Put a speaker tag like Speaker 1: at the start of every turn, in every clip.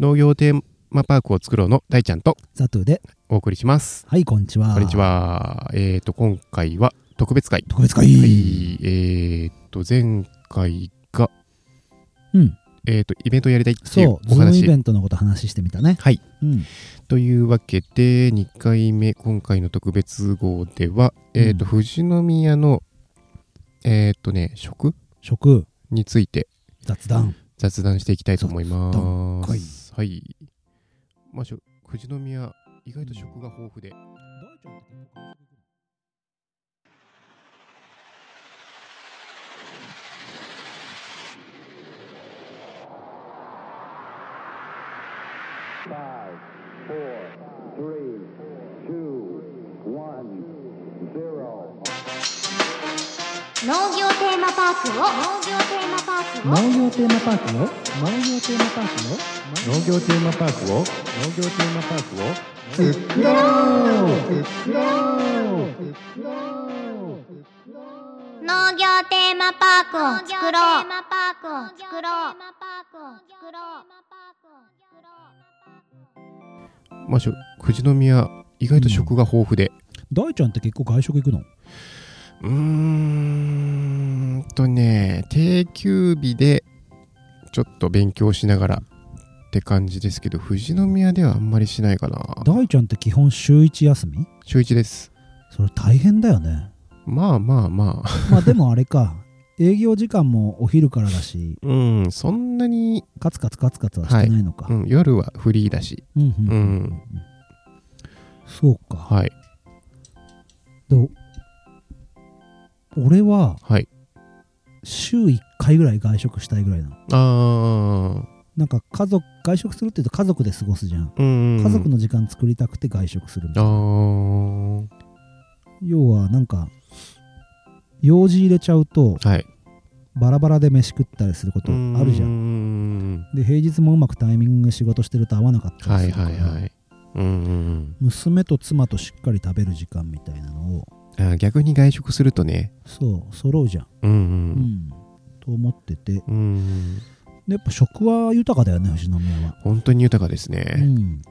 Speaker 1: 農業テーマパークを作ろうの大ちゃんと
Speaker 2: ザトゥで。
Speaker 1: お送りします。
Speaker 2: はい、こんにちは。
Speaker 1: こんにち。は。えっ、と、今回は特別会。
Speaker 2: 特別会。
Speaker 1: はい。えっ、と、前回が、
Speaker 2: うん。
Speaker 1: えっ、と、イベントやりたいっていう
Speaker 2: そう、
Speaker 1: お
Speaker 2: ズームイベ
Speaker 1: 話。
Speaker 2: ントのこと話してみたね。
Speaker 1: はい。
Speaker 2: うん。
Speaker 1: というわけで、2回目、今回の特別号では、えっ、と、
Speaker 2: うん
Speaker 1: 富士宮の、えっ、とね、食
Speaker 2: 食、
Speaker 1: について
Speaker 2: 雑談。
Speaker 1: 雑談していきたいと思いま
Speaker 2: 会
Speaker 1: す。はい。まあ、しょ富士宮、意外と食が豊富で。
Speaker 3: Five, four, three, two, one, zero.
Speaker 4: 農業テーマパークを農業テーマパークを
Speaker 2: 業テーマパークの農業テーマパークの
Speaker 5: 農業テーマパークを農業テーマパークを
Speaker 4: 農業テーマパークを作ろう農業テーマパークを作ろう
Speaker 1: まあ、しょ富士宮意外と食が豊富で
Speaker 2: 大ちゃんって結構外食行くの
Speaker 1: うーんんとね定休日でちょっと勉強しながらって感じですけど富士宮ではあんまりしないかな
Speaker 2: 大ちゃんって基本週一休み
Speaker 1: 週1です
Speaker 2: それ大変だ よね。
Speaker 1: まあまあまあ
Speaker 2: まあでもあれか。営業時間もお昼からだし、
Speaker 1: うんそんなに、
Speaker 2: カツカツカツカツはしてないのか。
Speaker 1: うん、夜はフリーだし
Speaker 2: うんうん
Speaker 1: う
Speaker 2: うん
Speaker 1: ん
Speaker 2: そうか。
Speaker 1: はい
Speaker 2: でお俺は
Speaker 1: はい
Speaker 2: 週1回ぐらい外食したいぐらいなの
Speaker 1: あー
Speaker 2: なんか家族外食するって言うと家族で過ごすじゃん
Speaker 1: うん
Speaker 2: 家族
Speaker 1: の
Speaker 2: の時間作りたくて外食するみたいな
Speaker 1: あ
Speaker 2: 要はなんか用事入れちゃうと
Speaker 1: ーはい
Speaker 2: バラバラで飯食ったりすることあるじゃ
Speaker 1: うんん
Speaker 2: で平日もうまくタイミング仕事してると合わなかった
Speaker 1: は
Speaker 2: り
Speaker 1: い
Speaker 2: する
Speaker 1: は
Speaker 2: か
Speaker 1: い
Speaker 2: ら
Speaker 1: はいうんうんうん
Speaker 2: 娘と妻としっかり食べる時間みたいなのを
Speaker 1: あー逆に外食するとね
Speaker 2: そう揃うじゃん、
Speaker 1: うん
Speaker 2: うんと思っててで
Speaker 1: うん、うん、
Speaker 2: やっぱ食は豊かだよね富士宮は
Speaker 1: 本当に豊かです
Speaker 2: う
Speaker 1: ね,、
Speaker 2: ん、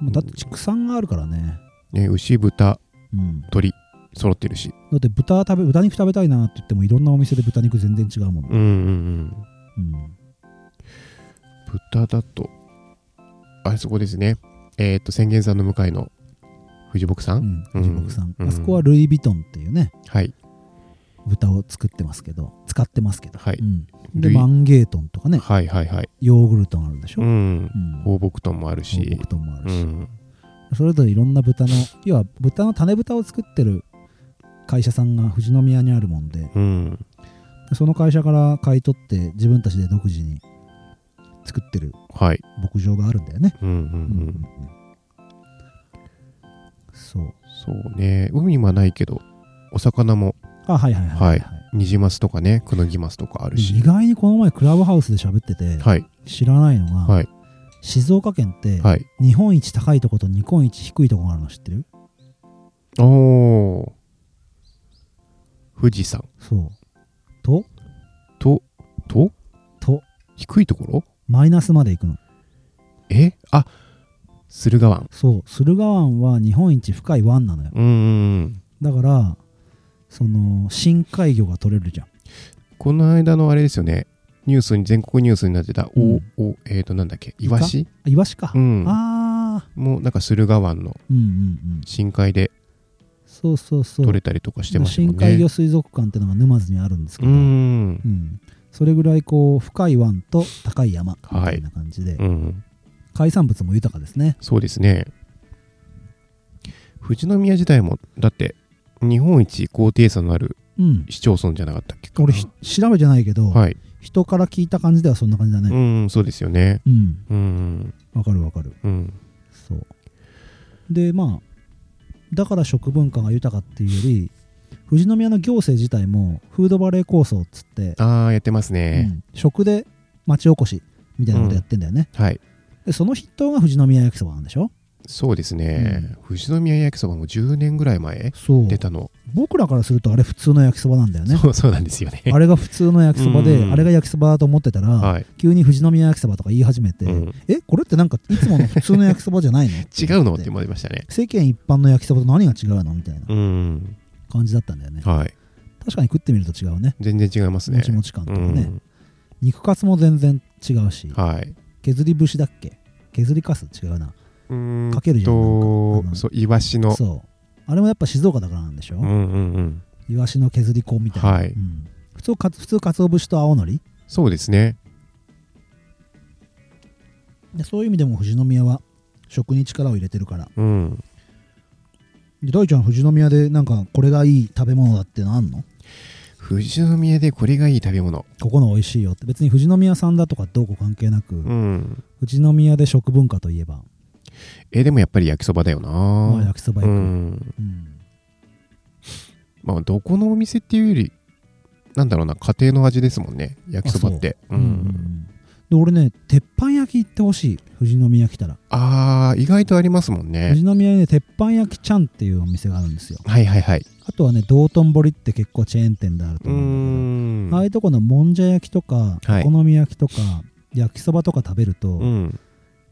Speaker 2: まあだって畜産があるからね、
Speaker 1: ね牛豚
Speaker 2: うん、だ
Speaker 1: 鶏揃ってるし
Speaker 2: って豚食べ豚肉食べたいなって言ってもいろんなお店で豚肉全然違うもん、
Speaker 1: うんうんうん
Speaker 2: うん、
Speaker 1: 豚だとあれそこですねえっ、と宣言山の向かいの藤木さん、
Speaker 2: うん藤木さん、
Speaker 1: うん
Speaker 2: あそこはルイ・ヴィトンっていうね
Speaker 1: はい
Speaker 2: 豚を作ってますけど使ってますけど、
Speaker 1: はい
Speaker 2: うん、で
Speaker 1: ルイ
Speaker 2: マンゲートンとかね
Speaker 1: はいはいはい
Speaker 2: ヨーグルトンあるでしょ、
Speaker 1: う
Speaker 2: うん
Speaker 1: ん
Speaker 2: 放
Speaker 1: 放牧豚もあるし
Speaker 2: 牧豚もある
Speaker 1: う
Speaker 2: し、
Speaker 1: ん
Speaker 2: それぞれいろんな豚の要は豚の種豚を作ってる会社さんが富士宮にあるもんで
Speaker 1: うん
Speaker 2: その会社から買い取って自分たちで独自に作ってる
Speaker 1: はい
Speaker 2: 牧場があるんだよね
Speaker 1: うんうんうん
Speaker 2: そう。
Speaker 1: そうね海はないけどお魚も
Speaker 2: あ、はいはいはい、
Speaker 1: はいニジマスとかねクヌギマスとかある
Speaker 2: 意
Speaker 1: し
Speaker 2: 外にこの前クラブハウスで喋ってて、
Speaker 1: はい
Speaker 2: 知らないのが、
Speaker 1: はい
Speaker 2: 静岡県って、
Speaker 1: はい
Speaker 2: 日本一高いとこと日本一低いとこがあるの知ってる
Speaker 1: おー富士山
Speaker 2: そう。と、
Speaker 1: とと
Speaker 2: と、
Speaker 1: 低いところ
Speaker 2: マイナスまで行くの。
Speaker 1: えあ駿河湾
Speaker 2: そう。駿河湾は日本一深い湾なのよ。
Speaker 1: うんうんうん
Speaker 2: だから、その、深海魚が取れるじゃん。
Speaker 1: この間のあれですよねニュースに全国ニュースになってた、
Speaker 2: うん
Speaker 1: おおえっ、となんだっけイワシ
Speaker 2: あイワシか。
Speaker 1: うん
Speaker 2: ああ、
Speaker 1: もうなんか駿河湾の
Speaker 2: うんうんうん。
Speaker 1: 深海で
Speaker 2: そうそうそう。
Speaker 1: 取れたりとかしてましたもん
Speaker 2: 深
Speaker 1: ね
Speaker 2: 海魚水族館ってのが沼津にあるんですけ
Speaker 1: う
Speaker 2: ど、
Speaker 1: ん
Speaker 2: うん、それぐらいこう深い湾と高い山みたいな感じで、
Speaker 1: うん
Speaker 2: 海産物も豊かですね
Speaker 1: そうですね富士宮時代もだって日本一高低差のある
Speaker 2: うん
Speaker 1: 市町村じゃなかったっけかな
Speaker 2: 俺ひ調べてないけど、
Speaker 1: はい
Speaker 2: 人から聞いた感じではそんな感じだ
Speaker 1: う
Speaker 2: ね
Speaker 1: んそうですよね
Speaker 2: うん
Speaker 1: うん
Speaker 2: わ、かるわかる
Speaker 1: うん
Speaker 2: そうでまあだから食文化が豊かっていうより富士宮の行政自体もフードバレー構想っつって、
Speaker 1: ああやってますね
Speaker 2: う、ん食で町おこしみたいなことやってんだよね、
Speaker 1: はい
Speaker 2: でその筆頭が富士宮焼きそばなんでしょ
Speaker 1: そうですね、富士宮焼きそばも10年ぐらい前
Speaker 2: そう
Speaker 1: 出たの、
Speaker 2: 僕らからするとあれ普通の焼きそばなんだよね
Speaker 1: そう そうなんですよね
Speaker 2: あれが普通の焼きそばで、
Speaker 1: うん
Speaker 2: あれが焼きそばだと思ってたら、
Speaker 1: はい、
Speaker 2: 急に富士宮焼きそばとか言い始めて、
Speaker 1: うん
Speaker 2: えこれってなんかいつもの普通の焼きそばじゃないの
Speaker 1: 違うのって
Speaker 2: 思
Speaker 1: 思いましたね
Speaker 2: て世間一般の焼きそばと何が違うのみたいな
Speaker 1: うん
Speaker 2: 感じだったんだよね、
Speaker 1: はい
Speaker 2: 確かに食ってみると違うね
Speaker 1: 全然違いますね
Speaker 2: もちもち感と
Speaker 1: う
Speaker 2: かね、
Speaker 1: ん、
Speaker 2: 肉かすも全然違うし
Speaker 1: はい
Speaker 2: 削り節だっけ削りかす違うな
Speaker 1: うーん
Speaker 2: かけるじゃんなん
Speaker 1: と
Speaker 2: かあの
Speaker 1: そうイワシの
Speaker 2: そうあれもやっぱ静岡だからなんでしょ、
Speaker 1: うんうんうん
Speaker 2: イワシの削り粉みたいな、
Speaker 1: はい
Speaker 2: うん普通か普通かつお節と青のり
Speaker 1: そうですね
Speaker 2: でそういう意味でも富士宮は食に力を入れてるから
Speaker 1: うん
Speaker 2: で大ちゃん富士宮でなんかこれがいい食べ物だってのあんの
Speaker 1: 富士宮でこれがいい食べ物
Speaker 2: ここの美味しいよって別に富士宮さんだとかどうこう関係なく、
Speaker 1: うん
Speaker 2: 富士宮で食文化といえば、
Speaker 1: えでもやっぱり焼きそばだよな、
Speaker 2: まあ、焼きそば行
Speaker 1: う
Speaker 2: く、
Speaker 1: ん
Speaker 2: うん
Speaker 1: まあどこのお店っていうよりなんだろうな家庭の味ですもんね焼きそばってう
Speaker 2: うん
Speaker 1: ん
Speaker 2: で俺ね鉄板焼き行ってほしい富士宮来たら
Speaker 1: あー意外とありますもん
Speaker 2: 富
Speaker 1: ね
Speaker 2: 士宮にね鉄板焼きちゃんっていうお店があるんですよ
Speaker 1: はいはいはい
Speaker 2: あとはね道頓堀って結構チェーン店であると
Speaker 1: うー
Speaker 2: 思うんだけ
Speaker 1: ん
Speaker 2: どああいうとこのもんじゃ焼きとか
Speaker 1: はい
Speaker 2: お好み焼きとか焼きそばとか食べると、
Speaker 1: うん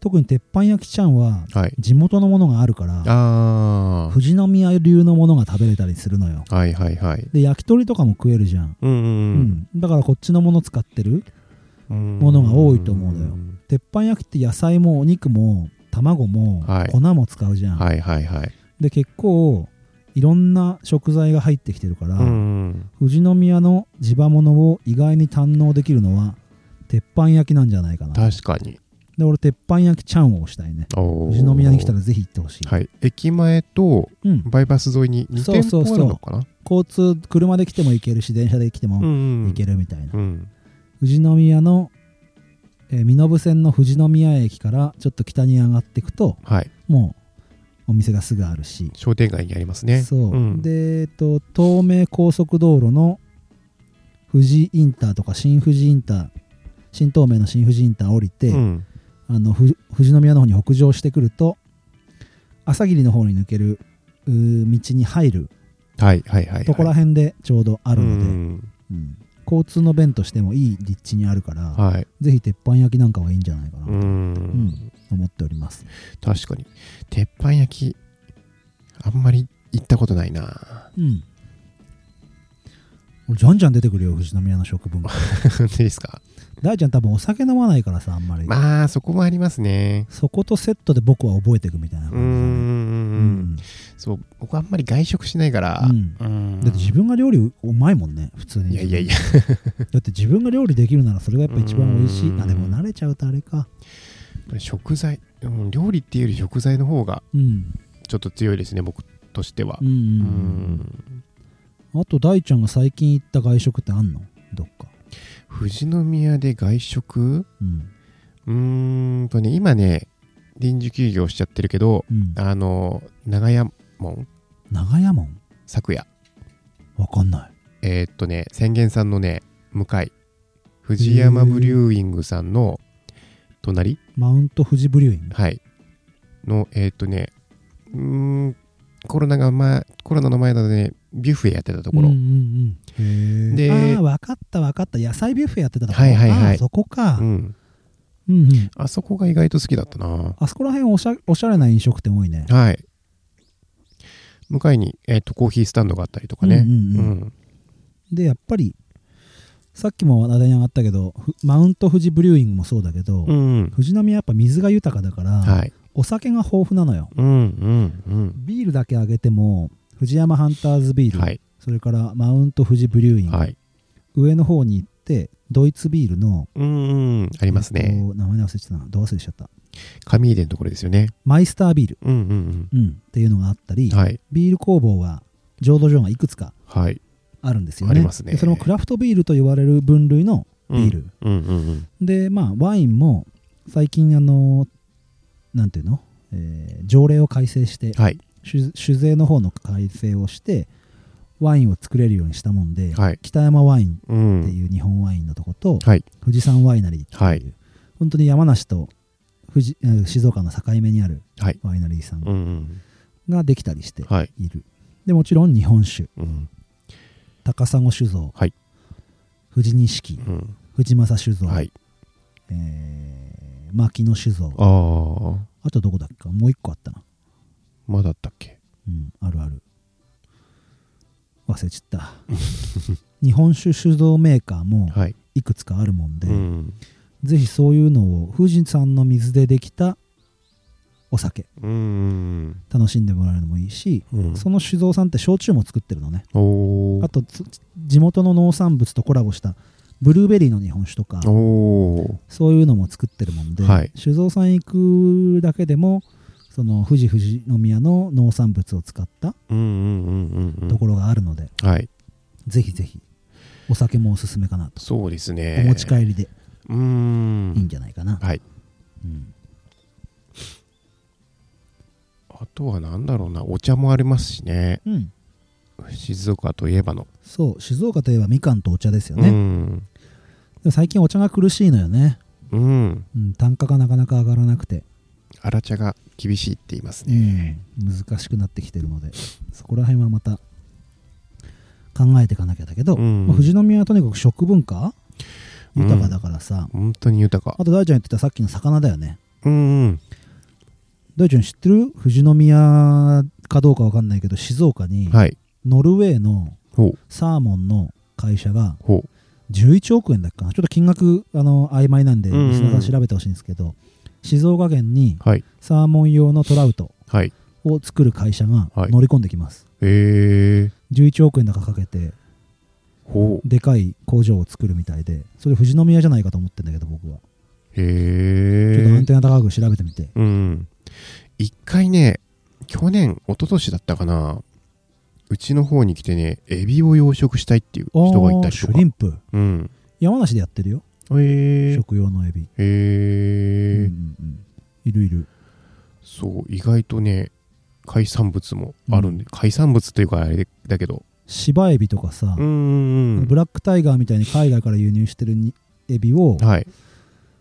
Speaker 2: 特に鉄板焼きちゃんは
Speaker 1: はい
Speaker 2: 地元のものがあるから
Speaker 1: あ
Speaker 2: 富士宮流のものが食べれたりするのよ
Speaker 1: ーはいはいはい
Speaker 2: で焼き鳥とかも食えるじゃん、
Speaker 1: うんう
Speaker 2: うん
Speaker 1: ん
Speaker 2: だからこっちのもの使ってる
Speaker 1: うん
Speaker 2: ものが多いと思うのよ鉄板焼きって野菜もお肉も卵も
Speaker 1: はい
Speaker 2: 粉も使うじゃん、
Speaker 1: はいはいはい
Speaker 2: で結構いろんな食材が入ってきてるから、
Speaker 1: うん
Speaker 2: 富士宮の地場物を意外に堪能できるのは鉄板焼きなんじゃないかな
Speaker 1: 確かに
Speaker 2: で俺鉄板焼きちゃんをしたいね
Speaker 1: 富
Speaker 2: 富士宮に来たらぜひ行ってほしい、
Speaker 1: はい駅前と
Speaker 2: うん、
Speaker 1: バイパス沿いに2
Speaker 2: そう
Speaker 1: 店
Speaker 2: そう
Speaker 1: 舗
Speaker 2: そう
Speaker 1: あるのかな
Speaker 2: 交通車で来ても行けるし電車で来ても行
Speaker 1: 行
Speaker 2: け
Speaker 1: る
Speaker 2: るみたいな、
Speaker 1: うん
Speaker 2: 富士宮の、えー、身延線の富士宮駅からちょっと北に上がっていくと
Speaker 1: はい
Speaker 2: もうお店がすぐあるし、
Speaker 1: 商店街にありますね
Speaker 2: そう、
Speaker 1: ん
Speaker 2: で、えっと、東名高速道路の富士インターとか新富士インター新東名の新富士インター降りて、
Speaker 1: うん
Speaker 2: あのふ富士宮の方に北上してくると朝霧の方に抜けるうー道に入る
Speaker 1: はいはいはいはい
Speaker 2: とこら辺でちょうどあるので、
Speaker 1: うん
Speaker 2: うん交通の便としてもいい立地にあるから、
Speaker 1: はい
Speaker 2: ぜひ鉄板焼きなんかはいいんじゃないかな、
Speaker 1: う
Speaker 2: うんん思っております
Speaker 1: 確かに鉄板焼きあんまり行ったことないな
Speaker 2: うん俺じゃんじゃん出てくるよ富士宮の食文化
Speaker 1: 本当ですか
Speaker 2: 大ちゃん多分お酒飲まないからさあんまり、
Speaker 1: まあそこもありますね
Speaker 2: そことセットで僕は覚えていくみたいな
Speaker 1: うー
Speaker 2: 感
Speaker 1: ん
Speaker 2: じだね
Speaker 1: そう僕あんまり外食しないから
Speaker 2: うん
Speaker 1: うん
Speaker 2: だって自分が料理うまいもんね普通
Speaker 1: い
Speaker 2: に
Speaker 1: やいやいや
Speaker 2: だって自分が料理できるならそれがやっぱ一番美味しい
Speaker 1: うん
Speaker 2: あでも慣れちゃうとあれか
Speaker 1: 食材うん料理っていうより食材の方が
Speaker 2: うん
Speaker 1: ちょっと強いですね僕としては
Speaker 2: うん、
Speaker 1: う
Speaker 2: うん
Speaker 1: ん
Speaker 2: あと大ちゃんが最近行った外食ってあんのどっか
Speaker 1: 富士宮で外食
Speaker 2: うん
Speaker 1: うーんとね今ね臨時休業しちゃってるけど
Speaker 2: うん
Speaker 1: あの長屋門
Speaker 2: 長屋門
Speaker 1: 昨夜
Speaker 2: わかんない
Speaker 1: えーっとね宣言さんのね向かい藤山ブリューイングさんの隣
Speaker 2: マウント富士ブリューイング
Speaker 1: はいのえーっとねうーんコロナが前コロナの前なので、ね、ビュッフェやってたところ、
Speaker 2: うんうんうん、へ
Speaker 1: で
Speaker 2: ーああ分かった分かった野菜ビュッフェやってたとこ
Speaker 1: はいはいはい
Speaker 2: あーそこか、
Speaker 1: う
Speaker 2: うん
Speaker 1: ん
Speaker 2: うん、
Speaker 1: あそこが意外と好きだったな
Speaker 2: あそこら辺おしゃおしゃれな飲食店多いね
Speaker 1: はい向かいに、えーっとコーヒースタンドがあったりとかね
Speaker 2: うんうんうん
Speaker 1: うん
Speaker 2: でやっぱりさっきも話題に上がったけどふマウント富士ブリューイングもそうだけど、
Speaker 1: うん
Speaker 2: 富士宮やっぱ水が豊かだから、
Speaker 1: はい。
Speaker 2: お酒が豊富なのよ
Speaker 1: うんうん
Speaker 2: ビールだけあげても藤山ハンターズビー
Speaker 1: うん。
Speaker 2: ル、
Speaker 1: はい。
Speaker 2: それからマウント富士ブリューイング、
Speaker 1: はい。
Speaker 2: 上の方に行ってドイツビールの
Speaker 1: うんうん。あ
Speaker 2: あ
Speaker 1: りますね。
Speaker 2: 名前忘れてたなどう忘れしちゃった
Speaker 1: 紙入れのところですよね。
Speaker 2: マイスタービール、
Speaker 1: うんうん
Speaker 2: うん、っていうのがあったり、
Speaker 1: うん。はい。
Speaker 2: ビール工房が醸造所がいくつか
Speaker 1: はい。
Speaker 2: あるんですよね
Speaker 1: ありますね
Speaker 2: でそのクラフトビールと言われる分類の
Speaker 1: うん
Speaker 2: ビール、
Speaker 1: うんうん
Speaker 2: でまあワインも最近あのなんていうの、えー条例を改正して、
Speaker 1: うん。はい。
Speaker 2: 酒酒税の方の改正をしてワインを作れるようにしたもんで、
Speaker 1: はい。
Speaker 2: 北山ワイン
Speaker 1: う
Speaker 2: って
Speaker 1: ん。
Speaker 2: いう日本ワインのとこと、
Speaker 1: はい。
Speaker 2: 富士山ワイナリーっていう、
Speaker 1: はい
Speaker 2: 本当に山梨と富士えー静岡の境目にある
Speaker 1: はい
Speaker 2: ワイナリーさん
Speaker 1: うんうん
Speaker 2: ができたりして
Speaker 1: はい
Speaker 2: いる。でもちろん日本酒、
Speaker 1: うん
Speaker 2: 高砂酒造、
Speaker 1: はい
Speaker 2: 富士錦、
Speaker 1: うん
Speaker 2: 藤正酒造、
Speaker 1: はい
Speaker 2: えー牧野酒造
Speaker 1: あ、あ
Speaker 2: あとどこだっけか、もう一個あったな。
Speaker 1: まだあったっけ
Speaker 2: うん、あるある。忘れちった。 日本酒酒造メーカーも
Speaker 1: はい
Speaker 2: いくつかあるもんで、
Speaker 1: うん
Speaker 2: ぜひそういうのを富士山の水でできたお酒、
Speaker 1: うん
Speaker 2: 楽しんでもらえるのもいいし、
Speaker 1: うん
Speaker 2: その酒造さんって焼酎も作ってるのね。
Speaker 1: お
Speaker 2: あ
Speaker 1: ー
Speaker 2: とつ地元の農産物とコラボしたブルーベリーの日本酒とか
Speaker 1: おー
Speaker 2: そういうのも作ってるもんで、
Speaker 1: はい
Speaker 2: 酒造さん行くだけでもその富士富士宮の農産物を使った
Speaker 1: うんうんうんうん
Speaker 2: ところがあるので、
Speaker 1: うんはい
Speaker 2: ぜひぜひお酒もおすすめかなと、
Speaker 1: そうです
Speaker 2: お
Speaker 1: ね
Speaker 2: 持ち帰りで
Speaker 1: うーん
Speaker 2: いいんじゃないかな、
Speaker 1: はい
Speaker 2: うん
Speaker 1: あとは何だろうなお茶もありますしね
Speaker 2: うん
Speaker 1: 静岡といえばの
Speaker 2: そう静岡といえばみかんとお茶ですよ
Speaker 1: う
Speaker 2: ね、で
Speaker 1: ん
Speaker 2: も最近お茶が苦しいのよね、
Speaker 1: うん
Speaker 2: うん、単価がなかなか上がらなくて、
Speaker 1: 荒茶が厳しいって言います
Speaker 2: う
Speaker 1: ね
Speaker 2: ん、難しくなってきてるのでそこら辺はまた考えていかなきゃだけど、
Speaker 1: うん
Speaker 2: まあ富士宮はとにかく食文化豊かだからさ、
Speaker 1: 本当に豊か
Speaker 2: あと大ちゃん言ってたさっきの魚だよね
Speaker 1: うんうん
Speaker 2: 大ちゃん知ってる富士宮かどうかわかんないけど静岡に
Speaker 1: はい
Speaker 2: ノルウェーの
Speaker 1: ほう
Speaker 2: サーモンの会社が
Speaker 1: ほ
Speaker 2: 11億円だっけかなちょっと金額あの曖昧なんで
Speaker 1: うんうん
Speaker 2: リスナーさん調べてほしいんですけど静岡県に
Speaker 1: うはい
Speaker 2: サーモン用のトラウト
Speaker 1: はい
Speaker 2: を作る会社が
Speaker 1: はい
Speaker 2: 乗り込んできます、
Speaker 1: へえ
Speaker 2: 11億円だかかけて
Speaker 1: ほう
Speaker 2: でかい工場を作るみたいでそれ富士宮じゃないかと思ってんだけど僕はちょっとア
Speaker 1: へ
Speaker 2: ン
Speaker 1: え
Speaker 2: テナ高く調べてみて
Speaker 1: うん一回ね去年一昨年だったかなうちの方に来てねエビを養殖したいっていう人がい
Speaker 2: あ
Speaker 1: た
Speaker 2: ー
Speaker 1: り
Speaker 2: シ
Speaker 1: と
Speaker 2: ュ
Speaker 1: か
Speaker 2: リンプ
Speaker 1: うん
Speaker 2: 山梨でやってるよ
Speaker 1: へえ
Speaker 2: 食用のエビ、うんう
Speaker 1: へえ
Speaker 2: んうん、いるいる
Speaker 1: そう意外とね海産物もあるんで、海産物というかあれだけど
Speaker 2: 芝エビとかさ、
Speaker 1: うんうん
Speaker 2: ブラックタイガーみたいに海外から輸入してるにエビを、
Speaker 1: うんはい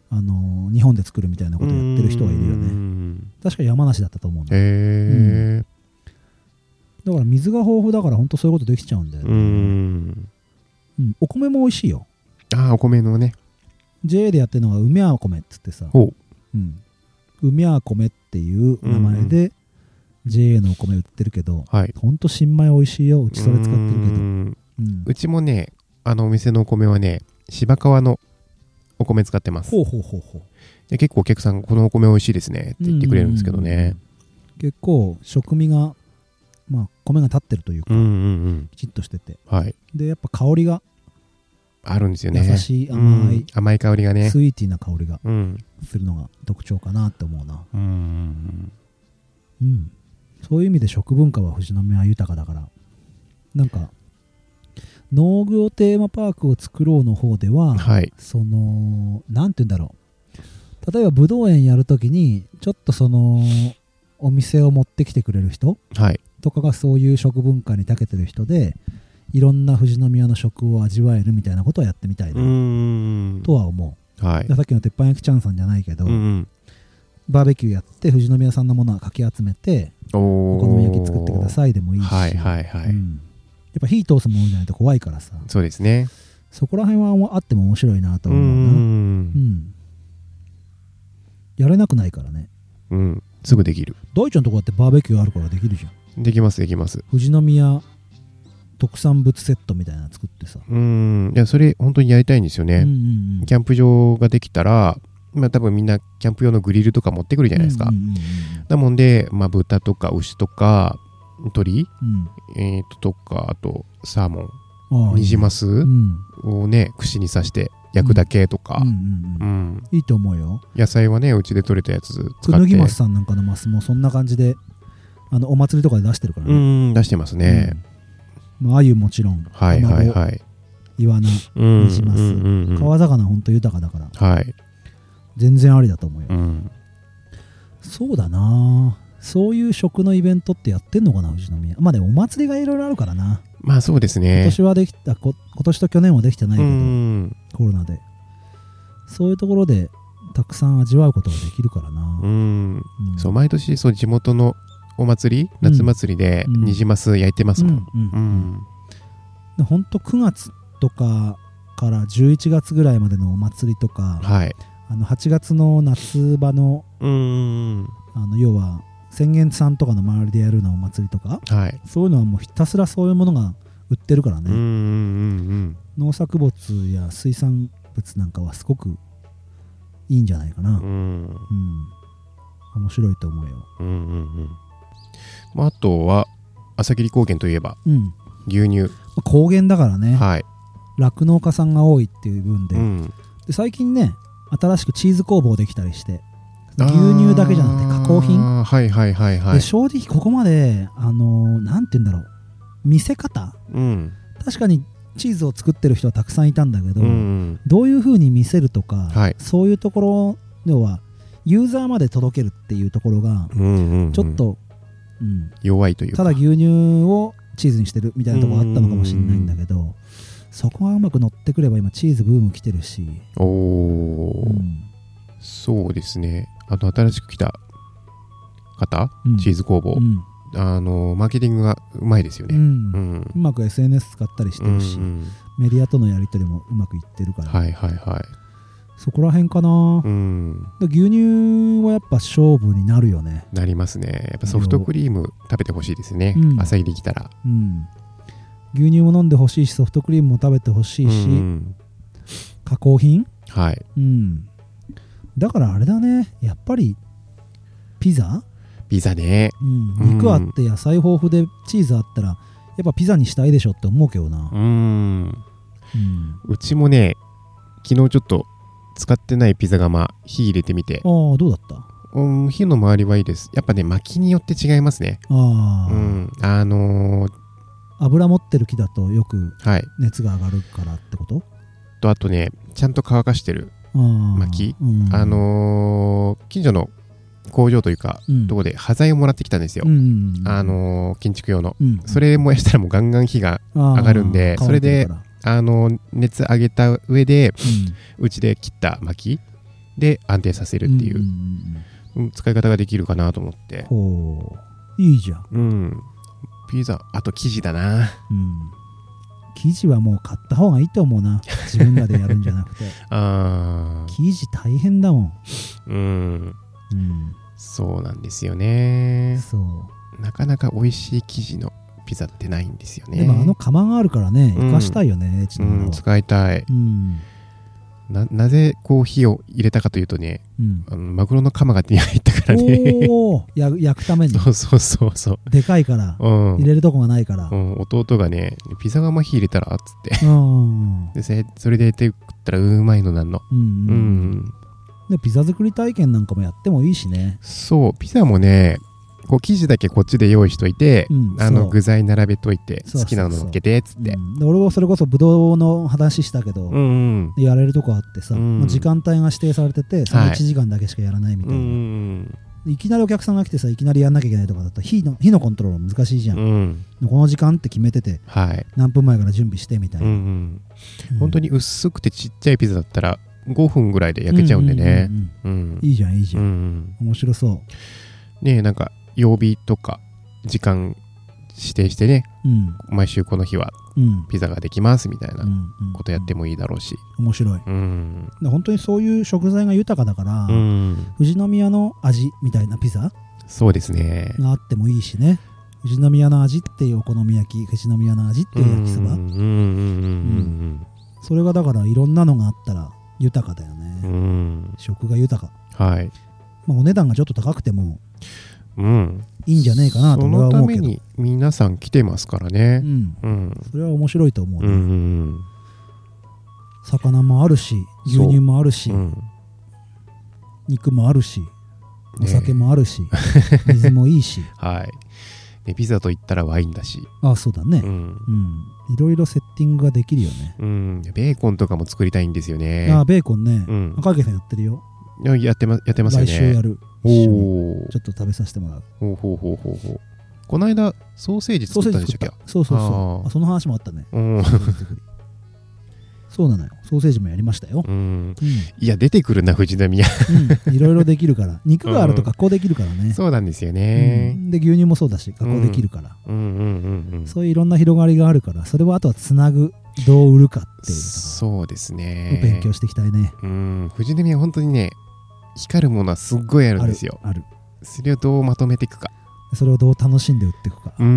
Speaker 2: あのー日本で作るみたいなことやってる人はいるよ
Speaker 1: う
Speaker 2: ね
Speaker 1: ん
Speaker 2: 確か山梨だったと思うんだ
Speaker 1: へえ
Speaker 2: だから水が豊富だから本当そういうことできちゃうんだよ
Speaker 1: う
Speaker 2: ね、
Speaker 1: ん
Speaker 2: うんお米も美味しいよ
Speaker 1: ああお米のね
Speaker 2: JA でやってるのが梅あ米っつってさ、
Speaker 1: ほ
Speaker 2: うん、梅あ米っていう名前で JA のお米売ってるけど
Speaker 1: うはい
Speaker 2: ほんと新米美味しいようちそれ使ってるけど
Speaker 1: うん
Speaker 2: うん
Speaker 1: うちもねあのお店のお米はね芝川のお米使ってます
Speaker 2: ほうほうほうほう
Speaker 1: で結構お客さんがこのお米美味しいですねって言ってくれるんですけどね
Speaker 2: 結構食味がまあ米が立ってるというか
Speaker 1: うんうんうん
Speaker 2: きちっとしてて
Speaker 1: はい
Speaker 2: でやっぱ香りが
Speaker 1: あるんですよね
Speaker 2: 優しい甘
Speaker 1: うん
Speaker 2: い
Speaker 1: 甘い香りがね
Speaker 2: スイーティーな香りが
Speaker 1: うん
Speaker 2: するのが特徴かなって思うな
Speaker 1: うんうん
Speaker 2: うんそういう意味で食文化は富士宮は豊かだからなんか農業テーマパークを作ろうの方で
Speaker 1: うん
Speaker 2: は
Speaker 1: はい
Speaker 2: そのなんて言うんだろう例えばぶどう園やるときにちょっとそのお店を持ってきてくれる人
Speaker 1: はい
Speaker 2: とかがそういう食文化に長けてる人でいろんな富士宮の食を味わえるみたいなことをやってみたいな
Speaker 1: うん
Speaker 2: とは思
Speaker 1: は
Speaker 2: う
Speaker 1: い
Speaker 2: でさっきの鉄板焼きちゃんさんじゃないけど、
Speaker 1: うん
Speaker 2: バーベキューやって富士宮産のものはかき集めて
Speaker 1: うんお
Speaker 2: お好み焼き作ってくださいでもい
Speaker 1: い
Speaker 2: いし、
Speaker 1: はいはいはい、
Speaker 2: うんやっぱ火通すものじゃないと怖いからさ
Speaker 1: そうですね
Speaker 2: そこら辺はあっても面白いなと
Speaker 1: う
Speaker 2: 思うなうんんやれなくないからね
Speaker 1: うんすぐできる
Speaker 2: 大ちゃんのとこだってバーベキューあるからできるじゃん
Speaker 1: できますできます
Speaker 2: 富士宮特産物セットみたいなの作ってさ、
Speaker 1: うんいやそれ本当にやりたいんですよ
Speaker 2: うん
Speaker 1: ね、
Speaker 2: うんうん
Speaker 1: キャンプ場ができたらまあ多分みんなキャンプ用のグリルとか持ってくるじゃないですか、
Speaker 2: うんうんうん
Speaker 1: なもんで、まあ、豚とか牛とか鳥、
Speaker 2: うん
Speaker 1: えー、ととかあとサーモ
Speaker 2: うんああ
Speaker 1: ンニジマ
Speaker 2: いい
Speaker 1: ス
Speaker 2: ね
Speaker 1: をね串に刺して焼くだけとか
Speaker 2: うん、う
Speaker 1: う
Speaker 2: んう
Speaker 1: ん
Speaker 2: うん
Speaker 1: ん
Speaker 2: いいと思うよ
Speaker 1: 野菜はねうちで採れたやつ
Speaker 2: く
Speaker 1: 使
Speaker 2: ぬ
Speaker 1: っ
Speaker 2: ぎ
Speaker 1: て
Speaker 2: ますさんなんかのマスもそんな感じであのお祭りとかで出してるから
Speaker 1: う
Speaker 2: ね、
Speaker 1: ん出してますね、
Speaker 2: うんまあ、鮎もちろん、
Speaker 1: はいはい
Speaker 2: 卵
Speaker 1: はい。
Speaker 2: イワナ
Speaker 1: うん
Speaker 2: します
Speaker 1: うんうんうん
Speaker 2: 川魚ほんと豊かだから
Speaker 1: はい。
Speaker 2: 全然ありだと思うよ、
Speaker 1: うん。
Speaker 2: そうだなそういう食のイベントってやってんのかな富士宮まあでもお祭りがいろいろあるからな
Speaker 1: まあそうです
Speaker 2: 今
Speaker 1: ね。
Speaker 2: 年はできたこ今年と去年はできてないけ
Speaker 1: う
Speaker 2: ど、
Speaker 1: ん
Speaker 2: コロナでそういうところでたくさん味わうことができるからな
Speaker 1: う、ん
Speaker 2: うん
Speaker 1: そう毎年そう地元のお祭り
Speaker 2: うん
Speaker 1: 夏祭りで
Speaker 2: うん
Speaker 1: ニジマス焼いてますもん
Speaker 2: うんうん
Speaker 1: うん
Speaker 2: でほんと9月とかから11月ぐらいまでのお祭りとか、
Speaker 1: はい
Speaker 2: あの8月の夏場の
Speaker 1: うん
Speaker 2: あの要は宣言さんとかの周りでやるようなお祭りとか
Speaker 1: はい
Speaker 2: そういうのはもうひたすらそういうものが売ってるから
Speaker 1: うんうん
Speaker 2: ね、
Speaker 1: うん
Speaker 2: 農作物や水産物なんかはすごくいいんじゃないかな、
Speaker 1: うんうん
Speaker 2: うん、面白いと思うよ。
Speaker 1: うんうんうんまああとは朝霧高原といえば
Speaker 2: うん、ま
Speaker 1: 牛乳
Speaker 2: あ高原だからね
Speaker 1: はい
Speaker 2: 酪農家さんが多いっていう分で,、
Speaker 1: うん
Speaker 2: で最近ね新しくチーズ工房できたりして牛乳だけじゃなくて加工品、
Speaker 1: あーはいはいはいは
Speaker 2: で
Speaker 1: い
Speaker 2: 正直ここまであのーなんて言うんだろう見せ方
Speaker 1: うん
Speaker 2: 確かにチーズを作ってる人はたくさんいたんだけど、
Speaker 1: うんうん
Speaker 2: どういう風に見せるとか、
Speaker 1: はい
Speaker 2: そういうところ要はユーザーまで届けるっていうところが
Speaker 1: うんうんうん
Speaker 2: ちょっと、うん、
Speaker 1: 弱いという
Speaker 2: た
Speaker 1: か
Speaker 2: だ牛乳をチーズにしてるみたいなところあったのかもしれないんだけどそこがうまく乗ってくれば今チーズブーム来てるし、
Speaker 1: おお
Speaker 2: う
Speaker 1: ー
Speaker 2: ん
Speaker 1: そうですねあの新しく来た方
Speaker 2: うん
Speaker 1: チーズ工房
Speaker 2: うん
Speaker 1: あのマーケティングがうまいですよ
Speaker 2: う
Speaker 1: ね
Speaker 2: ん
Speaker 1: うん
Speaker 2: うまく SNS 使ったりしてるし、
Speaker 1: うん
Speaker 2: メディアとのやり取りもうまくいってるか
Speaker 1: うん
Speaker 2: ら、
Speaker 1: はいはいは
Speaker 2: そこら辺かな、
Speaker 1: いうん
Speaker 2: で牛乳はやっぱ勝負になるよね、
Speaker 1: なりますねやっぱソフトクリーム食べてほしいですね
Speaker 2: うん
Speaker 1: 朝入り来たら
Speaker 2: うん、牛乳も飲んでほしいしソフトクリームも食べてほしいし、
Speaker 1: うんうん
Speaker 2: 加工品、
Speaker 1: はい
Speaker 2: うん、だからあれだねやっぱりピザ、
Speaker 1: ピザね
Speaker 2: うん、
Speaker 1: うん
Speaker 2: 肉あって野菜豊富でチーズあったらやっぱピザにしたいでしょって思うけどな、
Speaker 1: うん
Speaker 2: うん
Speaker 1: うちもね昨日ちょっと使ってないピザ釜火入れてみて
Speaker 2: ああどうだった
Speaker 1: うん火の周りはいいですやっぱね薪によって違いますね
Speaker 2: ああ、
Speaker 1: うんあのー
Speaker 2: 油持ってる木だとよく
Speaker 1: はい
Speaker 2: 熱が上がるからってこと
Speaker 1: とあとねちゃんと乾かしてる
Speaker 2: ああ
Speaker 1: 薪、
Speaker 2: うん
Speaker 1: あのー近所の工場というか、
Speaker 2: うん
Speaker 1: とこで端材をもらってきたんですよ。
Speaker 2: うん
Speaker 1: あ、のー建築用の。
Speaker 2: うん
Speaker 1: それ燃やしたらもうガンガン火が、
Speaker 2: 上
Speaker 1: がるんでそれで
Speaker 2: うんああ
Speaker 1: あのー熱上げた上で、
Speaker 2: 乾いてるか
Speaker 1: うちで切った薪で安定させる
Speaker 2: ら
Speaker 1: ってい
Speaker 2: んん
Speaker 1: う、
Speaker 2: んん
Speaker 1: うん使い方ができるかなと思って。
Speaker 2: ほういいじゃん、
Speaker 1: うん。ピザ、あと生地だな。
Speaker 2: うん、生地はもう買った方がいいと思うな自分らでやるんじゃなく て
Speaker 1: あー
Speaker 2: 生地大変だもん、
Speaker 1: うん。
Speaker 2: うん、
Speaker 1: そうなんですよね。
Speaker 2: そう
Speaker 1: なかなか美味しい生地のピザってないんですよね。
Speaker 2: でもあの釜があるからね、
Speaker 1: うん
Speaker 2: 生かしたいよね、ち
Speaker 1: う
Speaker 2: のもの
Speaker 1: ん、
Speaker 2: は。
Speaker 1: 使いたい。
Speaker 2: うん。
Speaker 1: ななぜこう火を入れたかというとね
Speaker 2: うん。
Speaker 1: あのマグロの釜が手に入ったからね
Speaker 2: おお、や焼くた めに。
Speaker 1: そうそうそうそう
Speaker 2: でかいから、
Speaker 1: うん
Speaker 2: 入れるとこがないから
Speaker 1: う。ん、弟がねピザ窯火入れたらっつって
Speaker 2: うん。うん
Speaker 1: でせそれで手食ったらうまいのなんの
Speaker 2: う
Speaker 1: うん、
Speaker 2: ん。で、ピザ作り体験なんかもやってもいいしね。
Speaker 1: そうピザもねこう生地だけこっちで用意しといて、
Speaker 2: うん
Speaker 1: あ
Speaker 2: そ
Speaker 1: の
Speaker 2: う
Speaker 1: 具材並べといて
Speaker 2: そうそうそう
Speaker 1: 好きなの乗っけてっつって
Speaker 2: うんで、俺はそれこそブドウの話したけど
Speaker 1: う、ん
Speaker 2: やれるとこあってさ、
Speaker 1: うん
Speaker 2: もう時間帯が指定されてて、その1時間だけしかやらないみ
Speaker 1: う
Speaker 2: たいな。
Speaker 1: ん
Speaker 2: いきなりお客さんが来てさ、いきなりやんなきゃいけないとかだと、火の火のコントロール難しいじゃ。
Speaker 1: うんん
Speaker 2: この時間って決めてて、
Speaker 1: はい、
Speaker 2: 何分前から準備してみたい
Speaker 1: うんう
Speaker 2: な。
Speaker 1: ん、
Speaker 2: うん
Speaker 1: 本当に薄くてちっちゃいピザだったら5分ぐらいで焼けちゃうんでね
Speaker 2: うんうんうんうん
Speaker 1: うん
Speaker 2: いいじゃんいいじゃ、
Speaker 1: うんん
Speaker 2: 面白そう
Speaker 1: ねえなんか曜日とか時間指定してね
Speaker 2: うん
Speaker 1: 毎週この日は
Speaker 2: うん
Speaker 1: ピザができますみたい
Speaker 2: うんう
Speaker 1: なんことやってもいいだろうし
Speaker 2: 面白い
Speaker 1: うん
Speaker 2: で本当にそういう食材が豊かだから、
Speaker 1: うん
Speaker 2: 富士宮の味みたいなピザ
Speaker 1: そうですね
Speaker 2: があってもいいしね富士宮の味っていうお好み焼き富士宮の味っていう焼きそば、
Speaker 1: うんうんうん
Speaker 2: それがだからいろんなのがあったら豊かだよね
Speaker 1: うんう、ん
Speaker 2: 食が豊か、
Speaker 1: はい
Speaker 2: まあ、お値段がちょっと高くても
Speaker 1: うん
Speaker 2: いいんじゃねえかなと
Speaker 1: そ
Speaker 2: 俺は
Speaker 1: のた
Speaker 2: 思う
Speaker 1: め
Speaker 2: けど
Speaker 1: に皆さん来てますからね
Speaker 2: うん
Speaker 1: うん
Speaker 2: それは面白いと思う
Speaker 1: う
Speaker 2: ね、
Speaker 1: んうん
Speaker 2: 魚もあるし牛乳もあるし、
Speaker 1: うん
Speaker 2: 肉もあるしお
Speaker 1: え
Speaker 2: 酒もあ るし、水もいいし
Speaker 1: はいねピザと言ったらワインだし
Speaker 2: あそうだね
Speaker 1: う、ん
Speaker 2: うん、いろいろセッティングができるよね、
Speaker 1: うんベーコンとかも作りたいんですよね
Speaker 2: あベーコンね、
Speaker 1: うん
Speaker 2: 赤池さんやってるよ
Speaker 1: いややってまやってますよ
Speaker 2: 来
Speaker 1: ね
Speaker 2: 週やる
Speaker 1: お
Speaker 2: 一緒に
Speaker 1: お
Speaker 2: ちょっと食べさせてもらう
Speaker 1: ほうほうほうほうほうこの間ソーセージ
Speaker 2: ソー
Speaker 1: 作
Speaker 2: セ
Speaker 1: ったんでしたっ
Speaker 2: ージ作っ
Speaker 1: け
Speaker 2: たそうそうそう
Speaker 1: あー
Speaker 2: あその話もあったね
Speaker 1: うん
Speaker 2: ソーセージ作りそうなのよソーセージもやりましたよ、
Speaker 1: うん
Speaker 2: うん
Speaker 1: いや出てくるな藤波屋
Speaker 2: うんいろいろできるから 肉があると加工できるからね、
Speaker 1: そうなんですよ
Speaker 2: う
Speaker 1: ね、
Speaker 2: ん、で牛乳もそうだし加工できるから、
Speaker 1: うん、うんうんうん
Speaker 2: そういういろんな広がりがあるからそれはあとはつなぐどう売るかっていうと
Speaker 1: そうです
Speaker 2: ころ
Speaker 1: ね
Speaker 2: を勉強していきたいね、
Speaker 1: うん藤波は本当にね光るものはすっごいあるんですよ
Speaker 2: ある
Speaker 1: それをどうまとめていくか
Speaker 2: それをどう楽しんで売っていくか
Speaker 1: うん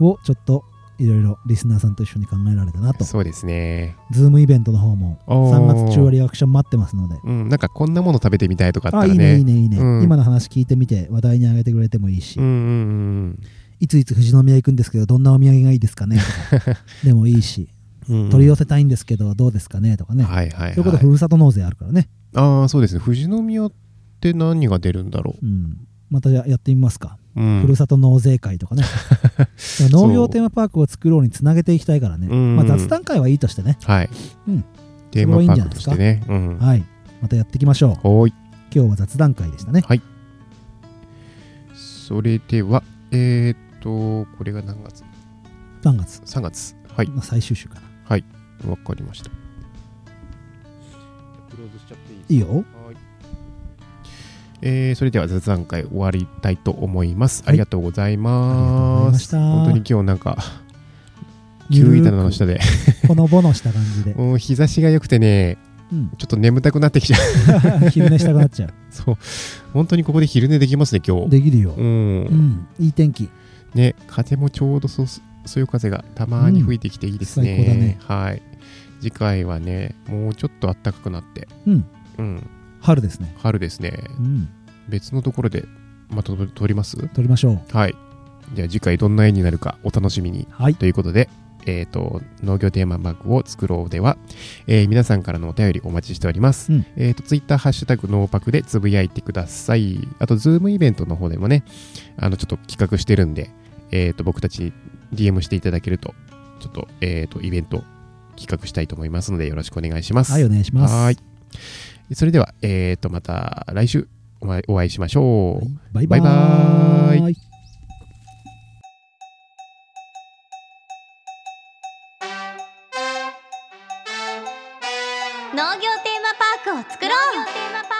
Speaker 1: うん
Speaker 2: をちょっといろいろリスナーさんと一緒に考えられたな
Speaker 1: うん
Speaker 2: と
Speaker 1: そうですね
Speaker 2: ズームイベントの方も
Speaker 1: お
Speaker 2: 3
Speaker 1: ー
Speaker 2: 月中はリアクション待ってますので
Speaker 1: うんなんかこんなもの食べてみたいとかあった
Speaker 2: あい
Speaker 1: ら
Speaker 2: いねいい
Speaker 1: ね
Speaker 2: ねいいね、
Speaker 1: うん
Speaker 2: 今の話聞いてみて話題に上げてくれてもいいし、
Speaker 1: うんうんうん
Speaker 2: いついつ富士宮行くんですけどどんなお土産がいいです かねとかでもいいし
Speaker 1: うんうん
Speaker 2: 取り寄せたいんですけどどうですかねとかね、
Speaker 1: はいはいはい
Speaker 2: そういうことふるさと納税あるからね、
Speaker 1: ああそうですね富士宮って何が出るんだろ
Speaker 2: うん、またややってみますか、
Speaker 1: う、うん、
Speaker 2: ふるさと納税会と かねでも農業テーマパークを作ろうにつなげていきたいからね、
Speaker 1: うん
Speaker 2: まあ、雑談会はいいとしてね、
Speaker 1: はい、
Speaker 2: うん
Speaker 1: テーマパークとしてねうん
Speaker 2: はいまたやっていきましょう
Speaker 1: はーい
Speaker 2: 今日は雑談会でしたね
Speaker 1: はいそれではえー、っとこれが何月
Speaker 2: 3月、
Speaker 1: 3月はい
Speaker 2: まあ最終週かな
Speaker 1: わかりましたクローズしちゃっていい
Speaker 2: いいよ
Speaker 1: はいえー、それでは雑談会終わりたいと思います。ありがとうござい
Speaker 2: ありがとう
Speaker 1: ま。
Speaker 2: ございますした
Speaker 1: 本当に今日なんか、急板の下で、
Speaker 2: ほのぼのした感じで、
Speaker 1: もう日差しが良くてね、
Speaker 2: うん、
Speaker 1: ちょっと眠たくなってきちゃう。
Speaker 2: 昼寝したくなっちゃう
Speaker 1: そう。本当にここで昼寝できますね、今日。
Speaker 2: できるよ
Speaker 1: う、。
Speaker 2: うんん、いい天気
Speaker 1: ね、風もちょうどそそよ風がたまに吹いてきていいですね。
Speaker 2: うん最高だね
Speaker 1: はい。次回はね、もうちょっと暖かくなって、
Speaker 2: うん
Speaker 1: うん、
Speaker 2: 春ですね
Speaker 1: 春ですね。
Speaker 2: うん
Speaker 1: 別のところでまた撮ります
Speaker 2: 撮りましょう
Speaker 1: はい。じゃあ次回どんな絵になるかお楽しみに。
Speaker 2: はい
Speaker 1: ということで、えっ、と、農業テーマバッグを作ろうでは、えー皆さんからのお便りお待ちしております。
Speaker 2: うん
Speaker 1: えっ、と、ツイッター、ハッシュタグ、ノーパクでつぶやいてください。あと、ズームイベントの方でもね、あの、ちょっと企画してるんで、えっ、と、僕たちに DM していただけると、ちょっと、えっ、と、イベント企画したいと思いますので、よろしくお願いします。
Speaker 2: はいお願いします
Speaker 1: はーいそれでは、えっ、と、また来週お会いお会いしましょう。
Speaker 2: バイバーイ
Speaker 1: バイバー
Speaker 4: 農業テーマパークを作ろう農業テーマパ